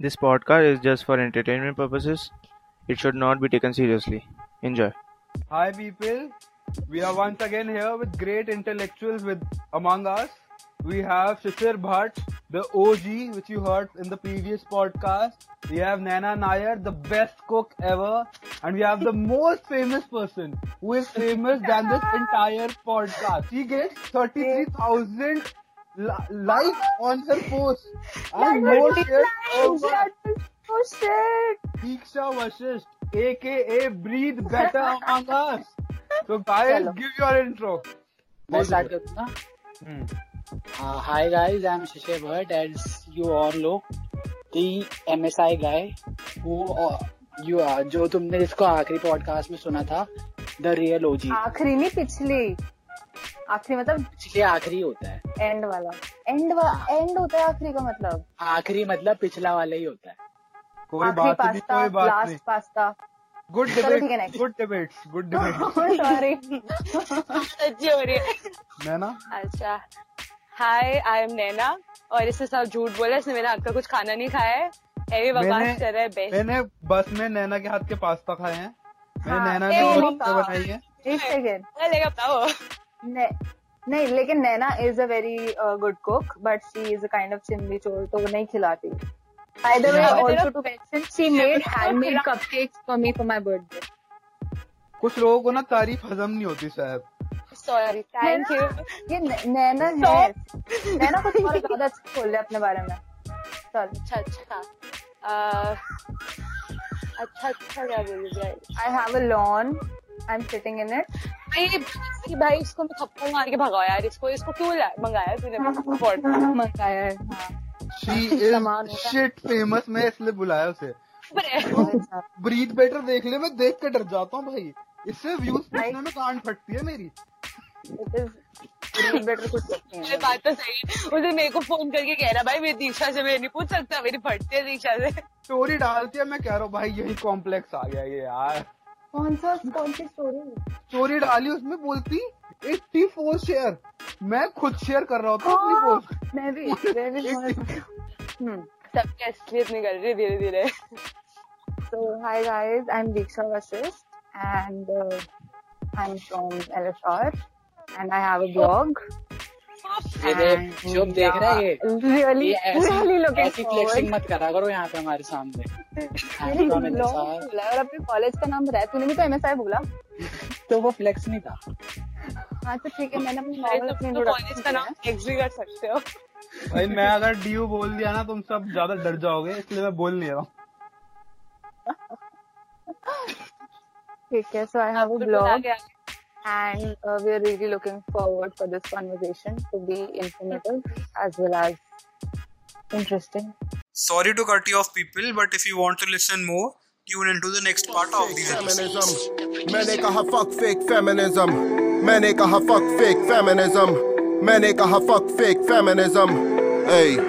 This podcast is just for entertainment purposes. It should not be taken seriously. Enjoy. Hi, people. We are once again here with great intellectuals with among us. We have Shishir Bhatt, the OG, which you heard in the previous podcast. We have Nana Nair, the best cook ever. And we have the most famous person who is famous than this entire podcast. She gets 33,000 li- likes on her post and more shares. Oh, my Oh shit! Deeksha Vashisht, aka Breathe Better Among Us. So, guys, Hello. give your intro. मैं start करता Hmm. हूँ hi guys I am शिशे Bhatt as you all know the M S I guy you uh, जो तुमने जिसको आखिरी podcast में सुना था द रियल ओजी आखिरी नहीं पिछली आखिरी मतलब पिछले आखिरी होता है एंड वाला एंड वा, एंड होता है आखिरी का मतलब आखिरी मतलब पिछला वाला ही होता है कोई आखिरी बात नहीं पास्ता कोई बात नहीं लास्ट पास्ता गुड चलो ठीक है, debate next. Good debate good debate sorry सच्ची हो रही है नैना अच्छा हाय आई एम नैना और इससे सब झूठ बोला इसने मेरा हाथ का कुछ खाना नहीं खाया है हैवी बकवास कर रहा है बेस्ट मैंने बस में नैना के हाथ के पास्ता खाए हैं मैंने हाँ, नैना ए, ने पास्ता मौका। बनाई है एक सेकेंड लेगा बताओ नहीं लेकिन Naina is a very good cook but she is a kind of चिमली चोर तो वो नहीं खिलाती By the way, Yeah. also to mention, she made handmade cupcakes for me for my birthday. कुछ लोगों को ना तारीफ हजम नहीं होती शायद सॉरी थैंक यू ये न- नैना है नैना कुछ और ज्यादा अच्छा बोल रहे अपने बारे में सॉरी अच्छा अच्छा अह, अच्छा अच्छा क्या बोलूं भाई I have a lawn I am sitting in it भाई, भाई भाई इसको मैं थप्पड़ मार के भगाओ यार इसको इसको क्यों ला- मंगाया तूने पॉडकास्ट मंगाया है हाँ शी सामान इज होगा। शिट फेमस मैं इसलिए बुलाया उसे पर ब्रीथ बेटर देख ले मैं देख के डर जाता हूँ भाई इससे व्यूज भाई। देखने में कान फटती है मेरी इट इज बेटर कुछ नहीं मेरी है बात तो सही है उसे मेरे को फोन करके कह रहा भाई मेरी दीक्षा से मैं नहीं पूछ सकता मेरी फटती है दीक्षा से स्टोरी डालती है मैं कह रहा हूँ भाई यही कॉम्प्लेक्स आ गया ये यार कौन सा कौन सी स्टोरी स्टोरी डाली उसमें बोलती 84 शेयर मैं खुद शेयर कर रहा होता अपनी हाँ। पोस्ट मैं भी मैं भी सबकी असलियत निकल रही है धीरे धीरे so hi guys I am Diksha Vashishtha and I am from LSR and I have a blog ये देख शुभ देख रहा है ये रियली ये रियली ऐसी ऐसी लुकिंग फ्लेक्सिंग मत करा करो यहाँ पे हमारे सामने हाँ, I'm from NSR. और अपने कॉलेज का नाम बताया तूने भी तो एमएसआई बोला तो वो फ्लेक्स नहीं था हाँ तो ठीक है मैंने अपनी नॉवल अपनी कॉलेज तो का नाम एग्री कर सकते हो भाई मैं अगर डीयू बोल दिया ना तुम सब ज्यादा डर जाओगे इसलिए मैं बोल नहीं रहा हूँ ठीक है सो आई हैव तो a blog and uh, we are really looking forward for this conversation to be informative as well as interesting. Sorry to cut you off, people, but if you want to listen more, tune into the next part of these episodes. feminism मैंने कहा fuck fake feminism मैंने कहा fuck fake feminism मैंने कहा fuck fake feminism ऐ